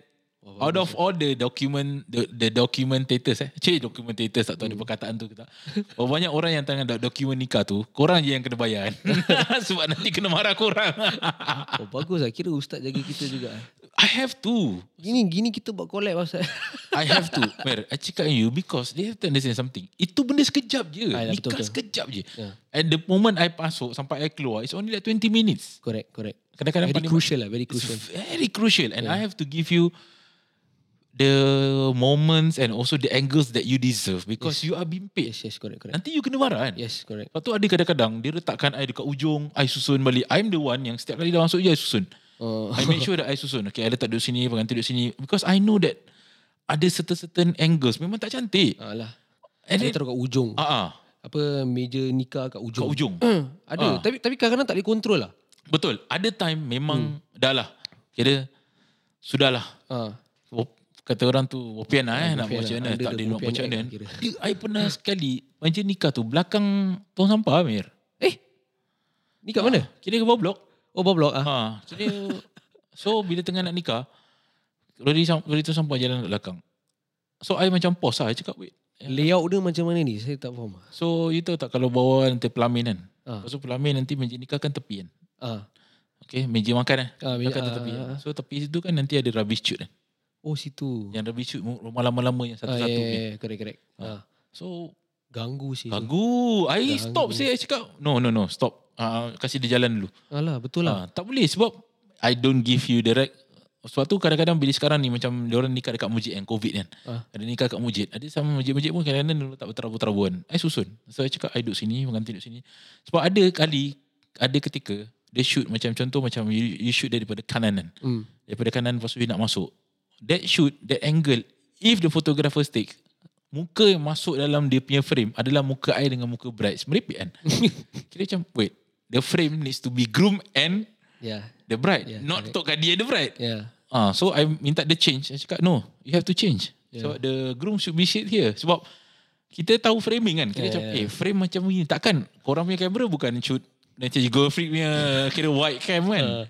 S1: out of all the document the, the documentators eh. Cik documentators tak tahu ada perkataan tu ke tak. Berapa banyak orang yang tangan dok dokumen nikah tu, korang je yang kena bayar. kan? Sebab nanti kena marah korang.
S2: oh, bagus lah. Kira ustaz jaga kita juga. eh.
S1: I have to.
S2: Gini, gini kita buat collab pasal.
S1: I have to. Mer, I cakap dengan you because they have to understand something. Itu benda sekejap je.
S2: Ah, ya,
S1: Nikah
S2: betul, betul.
S1: sekejap je.
S2: Ya.
S1: At the moment I masuk sampai I keluar, it's only like 20 minutes.
S2: correct, correct.
S1: Kadang-kadang
S2: Very
S1: paling-
S2: crucial lah, very
S1: It's
S2: crucial. Ya.
S1: very crucial and I have to give you the moments and also the angles that you deserve because you are bimpit.
S2: Yes, yes, correct, correct.
S1: Nanti you kena marah kan?
S2: Yes, correct.
S1: Lepas tu ada kadang-kadang dia letakkan I dekat ujung, I susun balik. I'm the one yang setiap kali dah masuk je I susun.
S2: Oh.
S1: I make sure that I susun. Okay, I letak duduk sini, pengantin duduk sini. Because I know that ada certain-certain angles memang tak cantik.
S2: Alah.
S1: And
S2: Dia
S1: then,
S2: taruh lah. kat ujung.
S1: ah, ah,
S2: Apa, meja nikah
S1: kat
S2: kat ujung.
S1: ujung.
S2: Ada. Tapi tapi kadang-kadang tak boleh kontrol lah.
S1: Betul. Ada time
S2: Hmm.
S1: memang dah lah. Kira, sudahlah.
S2: Ah.
S1: Wop- lah." kata orang tu wopian lah eh, nak
S2: wopian
S1: buat macam
S2: lah.
S1: mana
S2: Ada
S1: tak
S2: the
S1: ada nak buat
S2: wopian
S1: macam
S2: act
S1: mana
S2: lah kira.
S1: dia I pernah sekali macam nikah tu belakang tong sampah Amir
S2: Eh. Ni kat mana?
S1: kira ke bawah blok
S2: Oh, bawah blok ah.
S1: ha, so, dia, so bila tengah nak nikah lori, sam- lori tong sampah jalan kat belakang so I macam pause lah I cakap wait
S2: Layout dia macam mana ni? Saya tak faham.
S1: so you tahu tak kalau bawah nanti pelamin kan
S2: Ah.
S1: lepas tu pelamin nanti meja nikah kan tepi kan
S2: Ah.
S1: Okay, meja makan eh.
S2: Ah, meja-
S1: Belakang tu
S2: ah,
S1: tepi.
S2: ah, ah.
S1: So tepi situ kan nanti ada rubbish chute kan.
S2: Oh, situ.
S1: Yang rubbish chute rumah lama-lama yang
S2: Ah,
S1: satu-satu.
S2: ya,
S1: ni.
S2: ya, ya, correct, correct. Ah.
S1: So
S2: Ganggu sih. tu.
S1: Ganggu. I
S2: Ganggu.
S1: stop saya I cakap. No, no, no. Stop. Uh, kasih dia jalan dulu.
S2: Alah, betul lah.
S1: Uh, tak boleh sebab I don't give you the right. Sebab tu kadang-kadang bila sekarang ni macam diorang nikah dekat masjid kan. Covid kan.
S2: Ah.
S1: Ada nikah kat masjid. Ada sama masjid-masjid pun kadang-kadang diorang tak berterabu-terabu kan. I susun. So I cakap I duduk sini. Pengantin duduk sini. Sebab ada kali. Ada ketika. Dia shoot macam contoh macam you, you shoot daripada kanan kan.
S2: Hmm.
S1: Daripada kanan lepas tu you nak masuk. That shoot, that angle, if the photographer take, muka yang masuk dalam dia punya frame adalah muka I dengan muka brides. Merepek kan? Kira macam, wait, the frame needs to be groom and
S2: Ya.
S1: the bride.
S2: Yeah,
S1: Yeah, not tok kat dia, the bride.
S2: Ya.
S1: Ah, so I minta dia change. Saya cakap, no, you have to change. Yeah. So the groom should be sit here. Sebab kita tahu framing kan. Kira
S2: Yeah,
S1: yeah, macam, eh
S2: yeah.
S1: frame macam ni. Takkan korang punya kamera bukan shoot macam girlfriend punya kira white cam kan.
S2: Uh.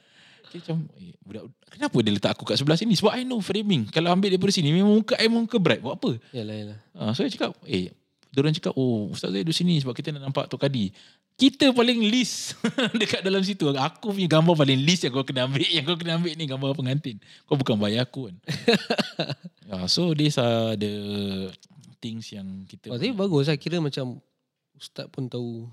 S1: Kira macam, eh, budak, kenapa dia letak aku kat sebelah sini? Sebab I know framing. Kalau ambil daripada sini, memang muka I muka bright. Buat apa?
S2: Yalah, yalah.
S1: Ha, so saya cakap, eh, Diorang cakap, oh Ustaz saya duduk sini sebab kita nak nampak Tok Kadi. Kita paling least dekat dalam situ. Aku punya gambar paling least yang kau kena ambil. Yang kau kena ambil ni gambar pengantin. Kau bukan bayar aku kan. yeah, so these are the things yang kita...
S2: Oh, tapi bagus lah. Kira macam ustaz pun tahu.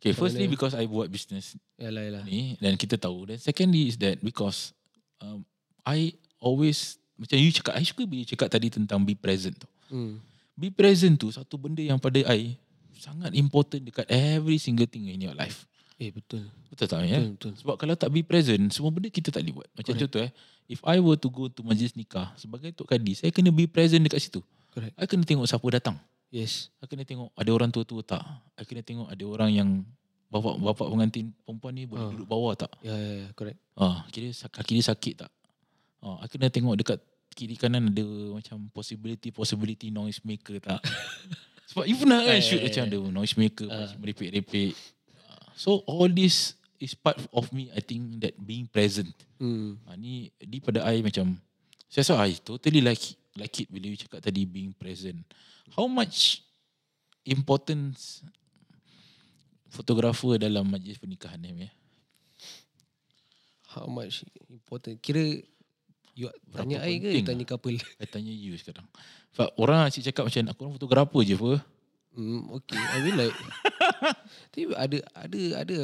S1: okay, firstly because I buat business
S2: Yalah, yalah.
S1: ni dan kita tahu. Then secondly is that because um, I always... Macam you cakap, I suka bila you cakap tadi tentang be present tau.
S2: Hmm.
S1: Be present tu satu benda yang pada I sangat important dekat every single thing in your life.
S2: Eh, betul.
S1: Betul tak ya?
S2: Betul, betul.
S1: Sebab kalau tak be present, semua benda kita tak boleh buat. Macam Correct. contoh eh, if I were to go to majlis nikah sebagai Tok Kadi, saya kena be present dekat situ.
S2: Correct.
S1: I kena tengok siapa datang.
S2: Yes.
S1: I kena tengok ada orang tua-tua tak. I kena tengok ada orang yang bapak bapak pengantin perempuan ni boleh
S2: Ah.
S1: duduk bawah tak.
S2: Ya, ya, ya. Correct.
S1: Ah, kira sa- kaki dia sakit tak? Ah, aku kena tengok dekat kiri kanan ada macam possibility possibility noise maker tak. Sebab you pernah kan
S2: Ah,
S1: shoot
S2: ya, ya,
S1: macam ada noise maker
S2: Ah.
S1: uh. merepek-repek. Ah, So all this is part of me I think that being present.
S2: Hmm.
S1: Ah, ni di pada I macam saya rasa I totally like it, like it bila you cakap tadi being present. How much importance fotografer dalam majlis pernikahan ni? Ya?
S2: How much important. Kira you
S1: Berapa
S2: tanya I ke
S1: penting
S2: you tanya couple?
S1: I tanya you sekarang. Sebab orang asyik cakap macam aku orang fotografer je apa.
S2: Hmm, okay. I mean like. tapi ada, ada, ada.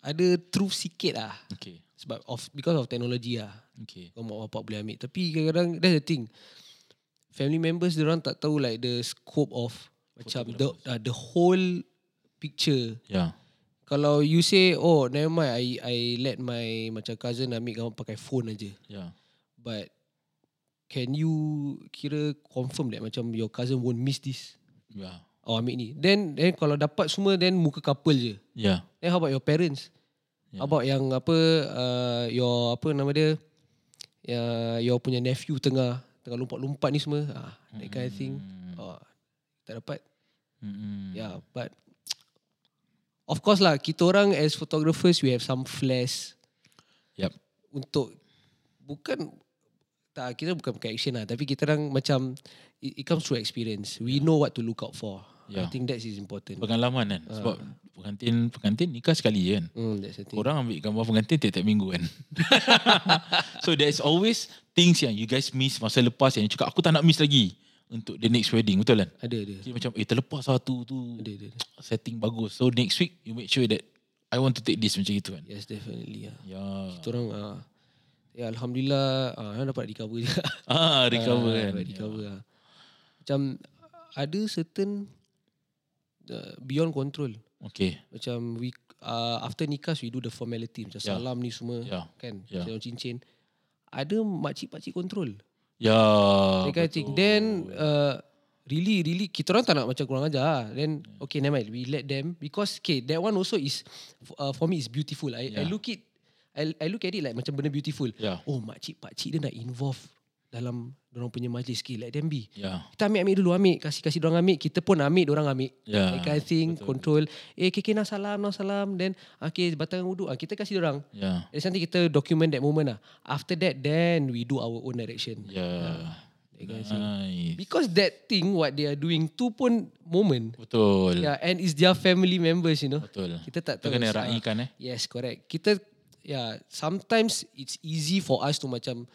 S2: Ada truth sikit lah.
S1: Okay.
S2: Sebab of, because of technology lah.
S1: Okay.
S2: Kau mak bapak boleh ambil. Tapi kadang-kadang, that's the thing. Family members, dia orang tak tahu like the scope of macam the, uh, the whole ah, picture
S1: Ya. Yeah.
S2: Kalau you say oh never mind I I let my macam cousin ambil gambar pakai phone aja.
S1: Yeah.
S2: But can you kira confirm that macam your cousin won't miss this?
S1: Yeah.
S2: Oh ambil ni. Then then kalau dapat semua then muka couple je.
S1: Yeah.
S2: Then how about your parents?
S1: Yeah.
S2: Yeah. About yang apa uh, your apa nama dia? Uh, your punya nephew tengah tengah lompat-lompat ni semua. Ah, that kind of thing. Oh, tak dapat.
S1: Mm-mm.
S2: Yeah, but of course lah kita orang as photographers we have some flares
S1: Yep.
S2: untuk bukan tak kita bukan bukan action lah tapi kita orang macam it, it comes through experience. We yeah. know what to look out for.
S1: Yeah.
S2: Yeah. I think that is important.
S1: Pengalaman kan.
S2: Ah.
S1: Sebab pengantin pengantin nikah sekali je kan.
S2: Hmm, that's the thing.
S1: Orang ambil gambar pengantin tiap-tiap minggu kan. so there's always things yang you guys miss masa lepas yang you cakap aku tak nak miss lagi untuk the next wedding betul kan?
S2: Ada ada.
S1: Jadi macam eh terlepas satu tu
S2: Ada ada. ada.
S1: setting bagus. So next week you make sure that I want to take this macam itu kan.
S2: Yes definitely lah.
S1: Ya.
S2: Kita orang ah ya alhamdulillah ah orang dapat recover juga.
S1: Ah recover
S2: Ah,
S1: kan.
S2: dapat Recover lah. Macam ada certain uh, beyond control.
S1: Ya. Okay.
S2: Macam we uh, after nikah we do the formality macam
S1: Yeah.
S2: yeah. salam ni semua
S1: Yeah.
S2: yeah. kan
S1: Yeah.
S2: yeah. macam cincin ada makcik pakcik control
S1: Ya.
S2: they kind of thing then uh, really really kita orang tak nak macam kurang ajar lah. then okay never mind we let them because okay that one also is f- uh, for me is beautiful I, yeah. I
S1: Yeah.
S2: look it I, I look at it like macam benda beautiful
S1: Yeah.
S2: oh makcik pakcik dia nak involve dalam orang punya majlis okay let them be
S1: Ya.
S2: kita ambil-ambil dulu ambil kasih-kasih orang ambil kita pun ambil orang ambil
S1: Ya.
S2: That kind of thing Control Eh KK nak salam Nak salam Then Okay batangan wuduk ah, Kita kasih orang
S1: Ya.
S2: Then nanti kita document that moment lah After that Then we do our own direction
S1: Ya.
S2: Ha, That kind of thing.
S1: Nice.
S2: Because that thing What they are doing tu pun Moment
S1: Betul.
S2: Yeah and it's their family members you know
S1: Betul.
S2: Ya. Kita
S1: Hmm. Kita
S2: tak tahu
S1: kena
S2: Ah,
S1: raikan eh.
S2: Yes correct Kita Yeah Sometimes It's easy for us to macam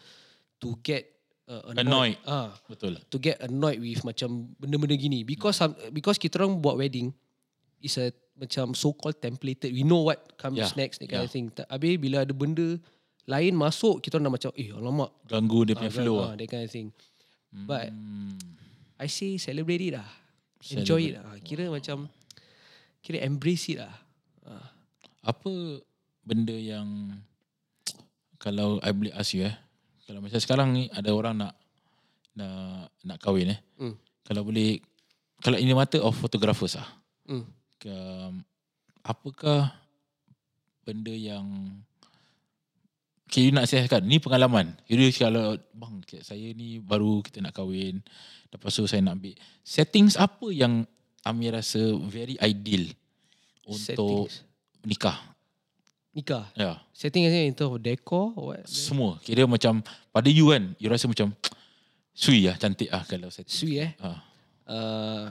S2: To get uh,
S1: Annoyed.
S2: Annoyed Ah,
S1: Betul.
S2: to get annoyed with macam benda-benda gini because some, because kita orang buat wedding is a macam so called templated we know what comes
S1: Yeah,
S2: next that kind
S1: yeah.
S2: of thing Ta- habis bila ada benda lain masuk kita orang dah macam eh alamak
S1: Ganggu dia punya
S2: Ah,
S1: flow ah.
S2: kan, ah, that kind of thing but
S1: Hmm.
S2: I say celebrate it lah enjoy it lah kira macam kira embrace it lah Ah,
S1: Apa benda yang kalau I boleh ask you eh. Kalau macam sekarang ni ada orang nak nak nak kahwin eh.
S2: Hmm.
S1: Kalau boleh kalau ini mata of photographers ah.
S2: mm.
S1: um, apakah benda yang okay, you nak sihatkan ni pengalaman jadi kalau bang okay, saya ni baru kita nak kahwin lepas tu saya nak ambil settings apa yang Amir rasa very ideal untuk
S2: settings
S1: nikah
S2: nikah
S1: ya yeah.
S2: setting as in terms of decor or what
S1: semua kira macam pada you kan you rasa macam sui lah cantik lah kalau setting
S2: sweet eh
S1: ah.
S2: uh,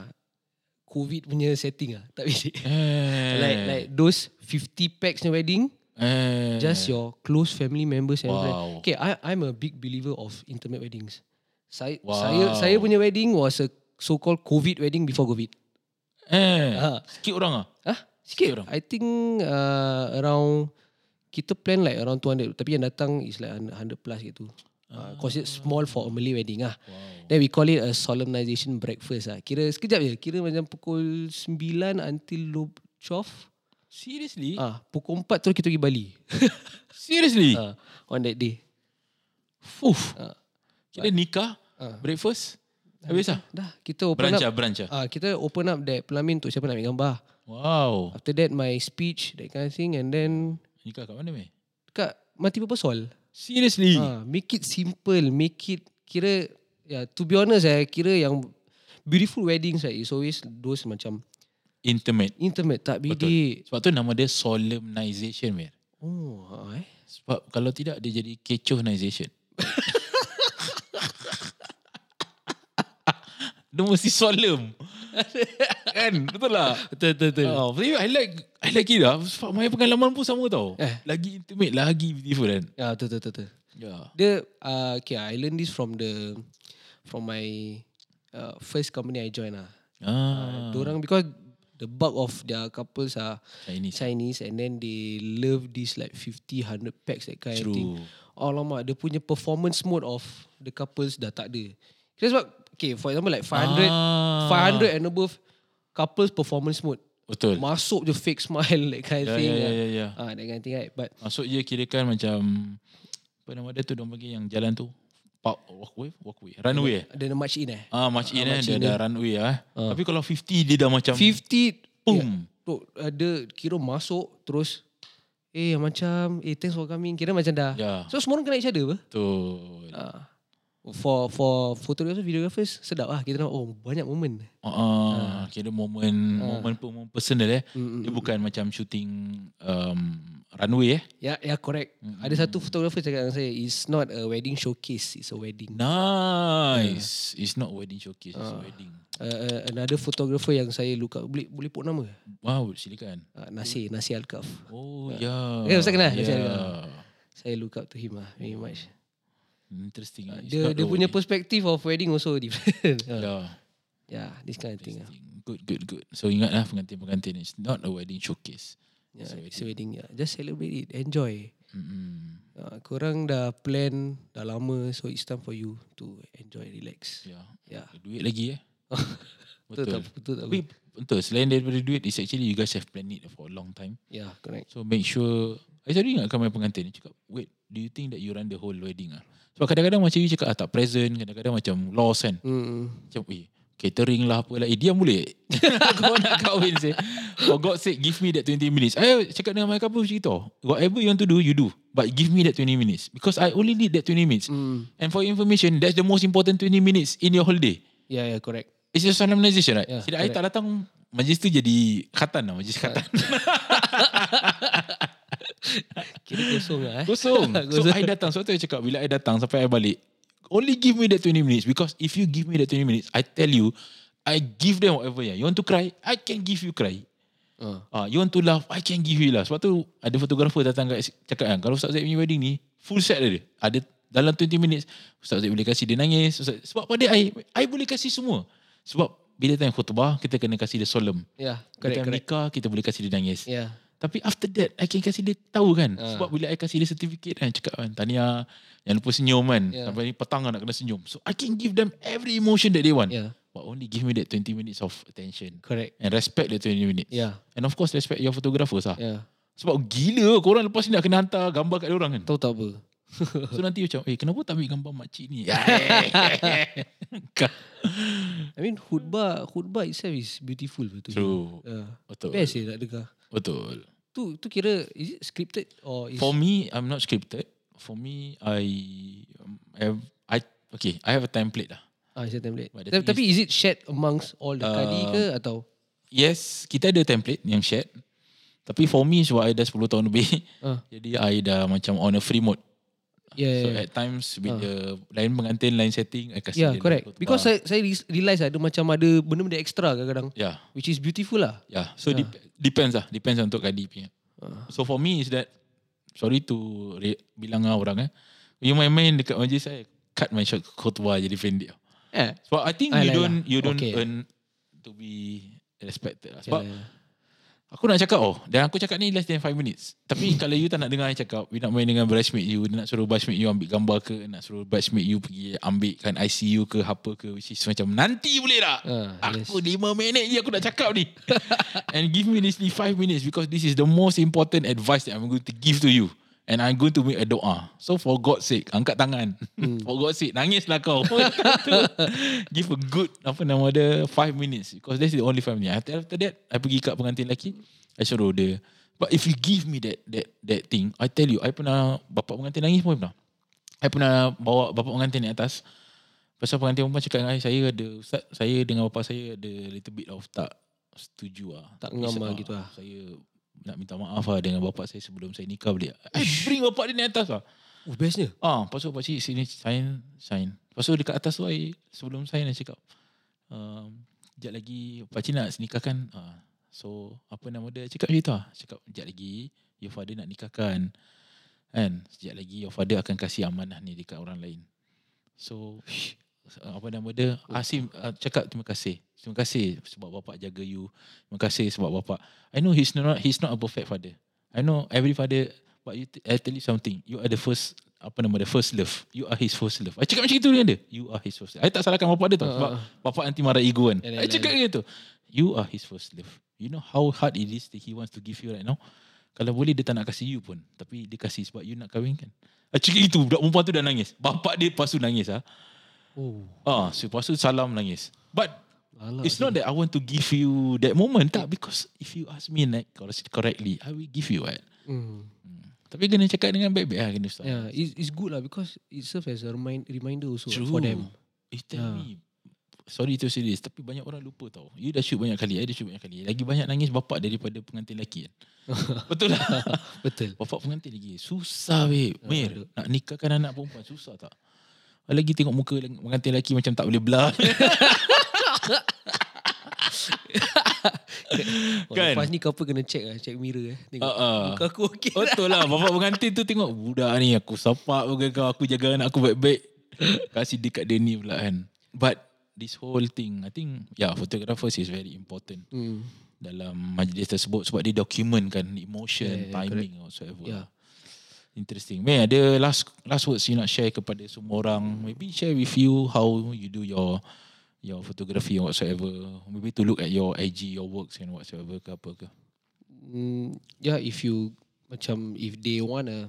S2: covid punya setting ah tak bisik
S1: eh,
S2: like like those 50 packs in wedding
S1: eh.
S2: just your close family members and friends
S1: Wow.
S2: okay I I'm a big believer of intimate weddings saya
S1: Wow.
S2: saya saya punya wedding was a so called covid wedding before covid
S1: eh.
S2: Ah.
S1: sikit orang ah
S2: ah
S1: Sikit
S2: sikit
S1: orang.
S2: I think uh, around kita plan like around 200 tapi yang datang is like 100 plus gitu Uh, considered small for a Malay wedding ah.
S1: Ah. wow
S2: Then we call it a solemnization breakfast ah. Kira sekejap je. Kira macam pukul 9 until lu- 12.
S1: seriously
S2: Ah, pukul 4 terus kita pergi Bali.
S1: seriously
S2: uh, on that day.
S1: Fuh.
S2: Ah.
S1: Kita nikah,
S2: Ah.
S1: breakfast, habis lah.
S2: Dah, kita open
S1: Brunch
S2: up.
S1: lah, brunch lah.
S2: Ah, kita open up that pelamin untuk siapa nak ambil gambar.
S1: Wow.
S2: After that, my speech, that kind of thing. And then,
S1: Nikah kat mana, meh?
S2: kat Mati Purposol.
S1: Seriously?
S2: Ah, make it simple. Make it, kira, yeah, to be honest, eh, kira yang beautiful weddings right, is always those macam
S1: Intimate.
S2: intimate, tak bidik.
S1: Sebab tu nama dia solemnization, meh.
S2: Oh, ah, eh.
S1: Sebab kalau tidak, dia jadi kecohnization. dia mesti solemn. kan? Betul lah.
S2: Ha, Betul, betul, betul.
S1: Oh, but I like I like it lah. Sebab my pengalaman pun sama tau.
S2: Eh.
S1: Lagi intimate, lagi beautiful kan. Ya.
S2: Ah, betul, betul, betul, betul.
S1: Yeah.
S2: Dia, uh, okay, I learned this from the, from my uh, first company I joined lah.
S1: Ah,
S2: Orang because the bulk of their couples are
S1: Chinese.
S2: Chinese and then they love this like 50, 100 packs that kind of thing.
S1: True.
S2: Alamak, dia punya performance mode of the couples dah tak ada. Kira sebab, okay, for example like 500,
S1: Ah.
S2: 500 and above couples performance mode.
S1: Betul.
S2: Masuk je fake smile that kind
S1: Ya,
S2: of
S1: ya,
S2: thing.
S1: ya,
S2: ah.
S1: ya, ya.
S2: Ah, that kind of thing right. But
S1: Masuk je kira kan macam apa nama dia tu dia bagi yang jalan tu park walkway walkway runway. eh?
S2: ada much in eh.
S1: Ah march in eh
S2: Ah, march
S1: dia
S2: in
S1: ada runway ah. Tapi kalau 50 dia dah macam
S2: 50
S1: boom.
S2: tu ada kira masuk terus eh macam eh thanks for coming kira macam dah.
S1: Ya.
S2: So semua orang kenal each other apa?
S1: Betul.
S2: Ah. For for photographers videographers sedap lah kita nampak oh banyak momen.
S1: Ah, ah, kira momen
S2: Ah.
S1: momen per momen personal eh. Dia
S2: Mm,
S1: bukan macam shooting um, runway eh.
S2: Ya ya correct. Ada satu photographer cakap dengan saya it's not a wedding showcase it's a wedding.
S1: Nice. It's not wedding showcase, it's wedding.
S2: Uh, uh, another photographer yang saya look up boleh boleh put nama?
S1: Wow, silakan.
S2: Uh, Nasir Nasir Alkaf.
S1: Oh, ya.
S2: Eh, Ustaz kenal? Ustaz
S1: Ya.
S2: kenal. Saya look up to him lah very much.
S1: Interesting. eh. It's
S2: Dia
S1: not the
S2: dia punya
S1: wedding.
S2: perspective of wedding also different. Ah,
S1: Ya.
S2: yeah, this kind of thing. ah.
S1: Good, good, good. So ingatlah pengantin-pengantin. It's not a wedding showcase.
S2: Yeah, Ya, it's a wedding. Yeah. Just celebrate it. Enjoy.
S1: Mm-mm.
S2: Uh, korang dah plan dah lama so it's time for you to enjoy relax.
S1: Ya.
S2: Yeah.
S1: Duit lagi eh.
S2: Betul tak?
S1: Betul.
S2: Betul tak?
S1: Tapi betul, selain daripada duit, it's actually you guys have planned it for a long time.
S2: Yeah, ya, correct.
S1: So make sure I selalu ingatkan my pengantin Dia cakap Wait do you think that you run the whole wedding ah? Sebab kadang-kadang macam you cakap ah, tak present Kadang-kadang macam lost kan
S2: Hmm.
S1: Macam eh catering lah apa lah Eh diam boleh Kau nak kahwin sih For God's sake give me that 20 minutes I cakap dengan my couple macam itu Whatever you want to do you do But give me that 20 minutes Because I only need that 20 minutes
S2: Hmm.
S1: And for your information That's the most important 20 minutes in your holiday
S2: Yeah, yeah, Ya, correct.
S1: It's a solemnization right yeah,
S2: Ya,
S1: Tidak I tak datang Majlis tu jadi khatan lah Majlis khatan
S2: Kira kosong lah eh.
S1: Kosong. so I datang. So tu I cakap bila I datang sampai I balik. Only give me that 20 minutes because if you give me that 20 minutes, I tell you, I give them whatever ya. You want to cry, I can give you cry.
S2: Ah.
S1: Ah, you want to laugh, I can give you laugh. Sebab tu ada fotografer datang kat cakap kan, kalau Ustaz Zaid punya wedding ni, full set dia. Ada dalam 20 minutes, Ustaz Zaid boleh kasih dia nangis. Ustaz, sebab pada I, I boleh kasih semua. Sebab bila time khutbah, kita kena kasih dia solemn. Bila
S2: Yeah, Ya, correct,
S1: time
S2: correct. Ya,
S1: nikah, kita boleh kasih dia nangis.
S2: Yeah.
S1: Tapi after that I can kasi dia tahu kan
S2: Ah.
S1: Sebab bila I kasi dia certificate kan Cakap kan Tania Jangan lupa senyum kan
S2: Yeah.
S1: Sampai ni petang kan nak kena senyum So I can give them every emotion that they want
S2: Yeah,
S1: But only give me that 20 minutes of attention
S2: ya, correct. Ya,
S1: And respect the 20 minutes
S2: Yeah.
S1: And of course respect your photographers lah
S2: Yeah.
S1: Sebab gila korang lepas ni nak kena hantar gambar kat dia orang kan
S2: Tahu tak apa?
S1: So nanti macam Eh kenapa tak ambil gambar makcik ni
S2: Ya.
S1: Kan?
S2: I mean khutbah khutbah itself is beautiful betul.
S1: True
S2: Yeah.
S1: Betul
S2: Best je nak dengar.
S1: Betul
S2: Tu tu kira is it scripted or is
S1: For me, I'm not scripted. For me, I, um, I have, I okay, I have a template lah.
S2: ah it's a template.
S1: But the thing
S2: Tapi,
S1: Uh,
S2: tapi is it shared amongst all the kadi ke atau
S1: Yes, kita ada template yang shared. Tapi for me sebab I dah 10 tahun lebih.
S2: Ah.
S1: Jadi I dah macam on a free mode.
S2: yeah, yeah,
S1: So
S2: yeah.
S1: at times with the lain pengantin, lain setting, I kasi
S2: Yeah,
S1: dia
S2: Ah. Ya, correct.
S1: laptop
S2: Because
S1: bar.
S2: saya saya re- realise ada macam ada benda-benda extra kadang-kadang
S1: yeah,
S2: which is beautiful lah.
S1: yeah. So dep- depends lah, depends untuk kadi punya.
S2: Ah.
S1: So for me is that sorry to re- bilang dengan orang eh. You main-main dekat majlis saya cut my shot khutbah jadi pendek.
S2: Eh.
S1: Sebab I think
S2: Ah,
S1: you
S2: lah,
S1: don't
S2: lah.
S1: you don't
S2: Okay.
S1: earn to be respected lah. Sebab
S2: Yeah, yeah.
S1: Aku nak cakap oh Dan aku cakap ni less than 5 minutes Tapi kalau you tak nak dengar I cakap You nak main dengan brushmate you Dia nak suruh brushmate you ambil gambar ke Nak suruh brushmate you pergi ambilkan ICU ke Apa ke Which is macam nanti boleh tak
S2: Ah, yes.
S1: Aku 5 minit je aku nak cakap ni And give me this 5 minutes Because this is the most important advice That I'm going to give to you And I'm going to make a doa So for God's sake Angkat tangan
S2: Hmm.
S1: For God's sake Nangislah kau
S2: Oh,
S1: Give a good Apa nama dia 5 minutes Because that's the only 5 minutes After, after that I pergi kat pengantin lelaki I suruh dia But if you give me that that that thing I tell you I pernah Bapak pengantin nangis pun I pernah I pernah bawa bapak pengantin naik atas Pasal pengantin perempuan cakap dengan saya, saya ada ustaz, saya dengan bapa saya ada little bit of tak setuju lah.
S2: Tak ngam lah
S1: Saya-
S2: gitu lah.
S1: Saya nak minta maaf lah dengan bapa saya sebelum saya nikah boleh. I bring bapa dia naik atas lah.
S2: Oh, bestnya.
S1: Ah, lepas tu pakcik sini sign, sign. Lepas tu dekat atas tu I, sebelum sign I cakap, um, sekejap lagi pakcik nak nikahkan. Ah, so apa nama dia cakap macam tu lah. Cakap sekejap lagi your father nak nikahkan. Kan? Sekejap lagi your father akan kasih amanah ni dekat orang lain. So ah, apa nama dia Asim ah, cakap terima kasih terima kasih sebab bapak jaga you terima kasih sebab bapak I know he's not he's not a perfect father I know every father but you t- I tell you something you are the first apa nama dia first love you are his first love I cakap macam itu dengan dia you are his first love I tak salahkan bapak dia tau
S2: Ah,
S1: sebab
S2: ah,
S1: bapak nanti marah ego kan
S2: Ya, ya,
S1: I
S2: ya,
S1: cakap
S2: ya.
S1: dengan dia tu You are his first love. You know how hard it is that he wants to give you right now. Kalau boleh dia tak nak kasih you pun. Tapi dia kasih sebab you nak kahwin kan. Actually itu budak perempuan tu dah nangis. Bapak dia lepas tu nangis ah.
S2: Oh,
S1: Ah, so lepas tu salam nangis. But
S2: alah.
S1: It's not that I want to give you that moment tak because if you ask me like correct- correctly I will give you what.
S2: Mm.
S1: Tapi kena cakap dengan baik-baik lah kena ustaz.
S2: Yeah, it's, it's good lah because it serves as a remind, reminder also
S1: True.
S2: for them.
S1: You tell
S2: Ah.
S1: me. Sorry to say this tapi banyak orang lupa tau. You dah shoot banyak kali, I dah shoot banyak kali. Lagi banyak nangis bapak daripada pengantin lelaki kan. Betul lah.
S2: Betul.
S1: bapak pengantin lagi. Susah weh. Mir,
S2: aduh.
S1: nak nikahkan anak perempuan susah tak? Lagi tengok muka leng- pengantin lelaki macam tak boleh belah.
S2: Oh,
S1: Kan?
S2: Lepas ni kau pun kena check lah, check mirror eh. Tengok.
S1: Ah, ah.
S2: Muka aku okey.
S1: Betul lah Bapak pengantin tu tengok Budak ni aku sapak Bukan kau Aku jaga anak aku baik-baik Kasih dekat dia ni pula kan But This whole thing I think Yeah photographers is very important
S2: Hmm.
S1: Dalam majlis tersebut Sebab dia document kan Emotion
S2: Yeah, yeah,
S1: Timing or whatsoever
S2: Yeah.
S1: Interesting May ada last Last words you nak share Kepada semua orang Maybe share with you How you do your Your photography or whatsoever Maybe to look at your IG Your works and whatsoever ke apa ke
S2: Mm, yeah, if you macam if they wanna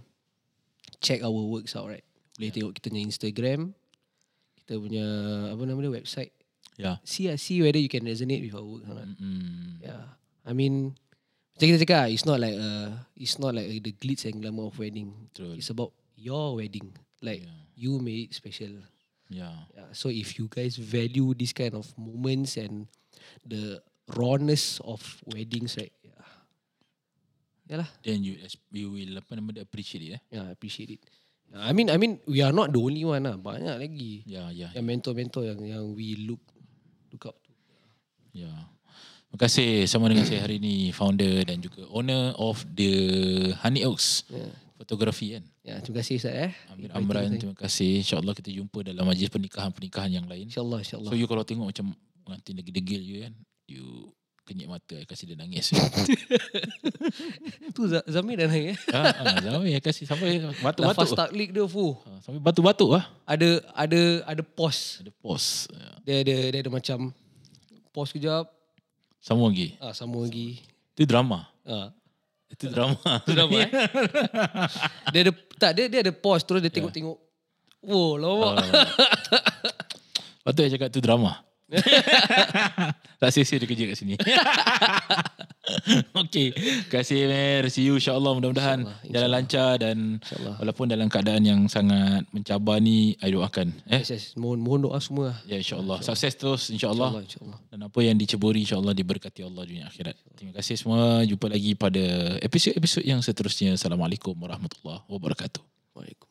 S2: check our works out, right? Boleh tengok kita punya Instagram, kita punya apa nama dia website.
S1: Yeah
S2: See ah, see whether you can resonate with our work or not.
S1: mm,
S2: Yeah. Ya. I mean macam kita cakap, ah, it's not like uh, it's not like the glitz and glamour of wedding.
S1: Betul.
S2: It's about your wedding. Like
S1: Yeah.
S2: you made it special.
S1: Yeah
S2: Yeah, so if you guys value this kind of moments and the rawness of weddings, right? Yeah. Yeah lah.
S1: then you ex- you will apa nama dia appreciate it eh.
S2: Yeah, I appreciate it. Yeah, I mean, I mean, we are not the only one lah. Banyak lagi
S1: Ya ya
S2: yang mentor-mentor yang yang we look look up to.
S1: ya. Terima kasih sama dengan saya hari ini founder dan juga owner of the Honey Oaks
S2: Yeah.
S1: Photography kan.
S2: Ya, terima kasih Ustaz eh.
S1: Amir
S2: Inviting
S1: Amran
S2: saya.
S1: terima kasih. InsyaAllah kita jumpa dalam majlis pernikahan-pernikahan yang lain.
S2: InsyaAllah,
S1: So
S2: insyaAllah.
S1: you kalau tengok macam "Oh, pengantin degil-degil you kan. You kenyit mata I kasih dia nangis.
S2: tu Z- Zamir dah naik eh.
S1: ah, ah, Zawi I kasih sampai
S2: Lafaz
S1: batuk-batuk.
S2: tak leak dia fuh.
S1: Ah, sampai batuk-batuk ah.
S2: Ada ada ada pause.
S1: Ada pause. Ah,
S2: Dia ada dia ada macam pause kejap.
S1: Sama lagi.
S2: Ah, sama lagi.
S1: Itu drama.
S2: Ah.
S1: Itu drama.
S2: Tu nama eh. dia ada tak dia dia ada pause terus dia tengok-tengok. Wow, lawak.
S1: Patut saya cakap tu drama. tak sia-sia dia kerja kat sini. okay. Terima kasih Mer. See you insyaAllah mudah-mudahan
S2: InsyaAllah,
S1: jalan lancar dan
S2: InsyaAllah.
S1: walaupun dalam keadaan yang sangat mencabar ni, I doakan. Eh?
S2: Yes, yes. Mohon mohon doa semua. lah.
S1: Ya insyaAllah. Sukses terus insyaAllah.
S2: InsyaAllah, insyaAllah.
S1: Dan apa yang diceburi insyaAllah diberkati Allah dunia akhirat. Terima kasih semua. Jumpa lagi pada episod-episod yang seterusnya. Assalamualaikum warahmatullahi wabarakatuh.
S2: Waalaikumsalam.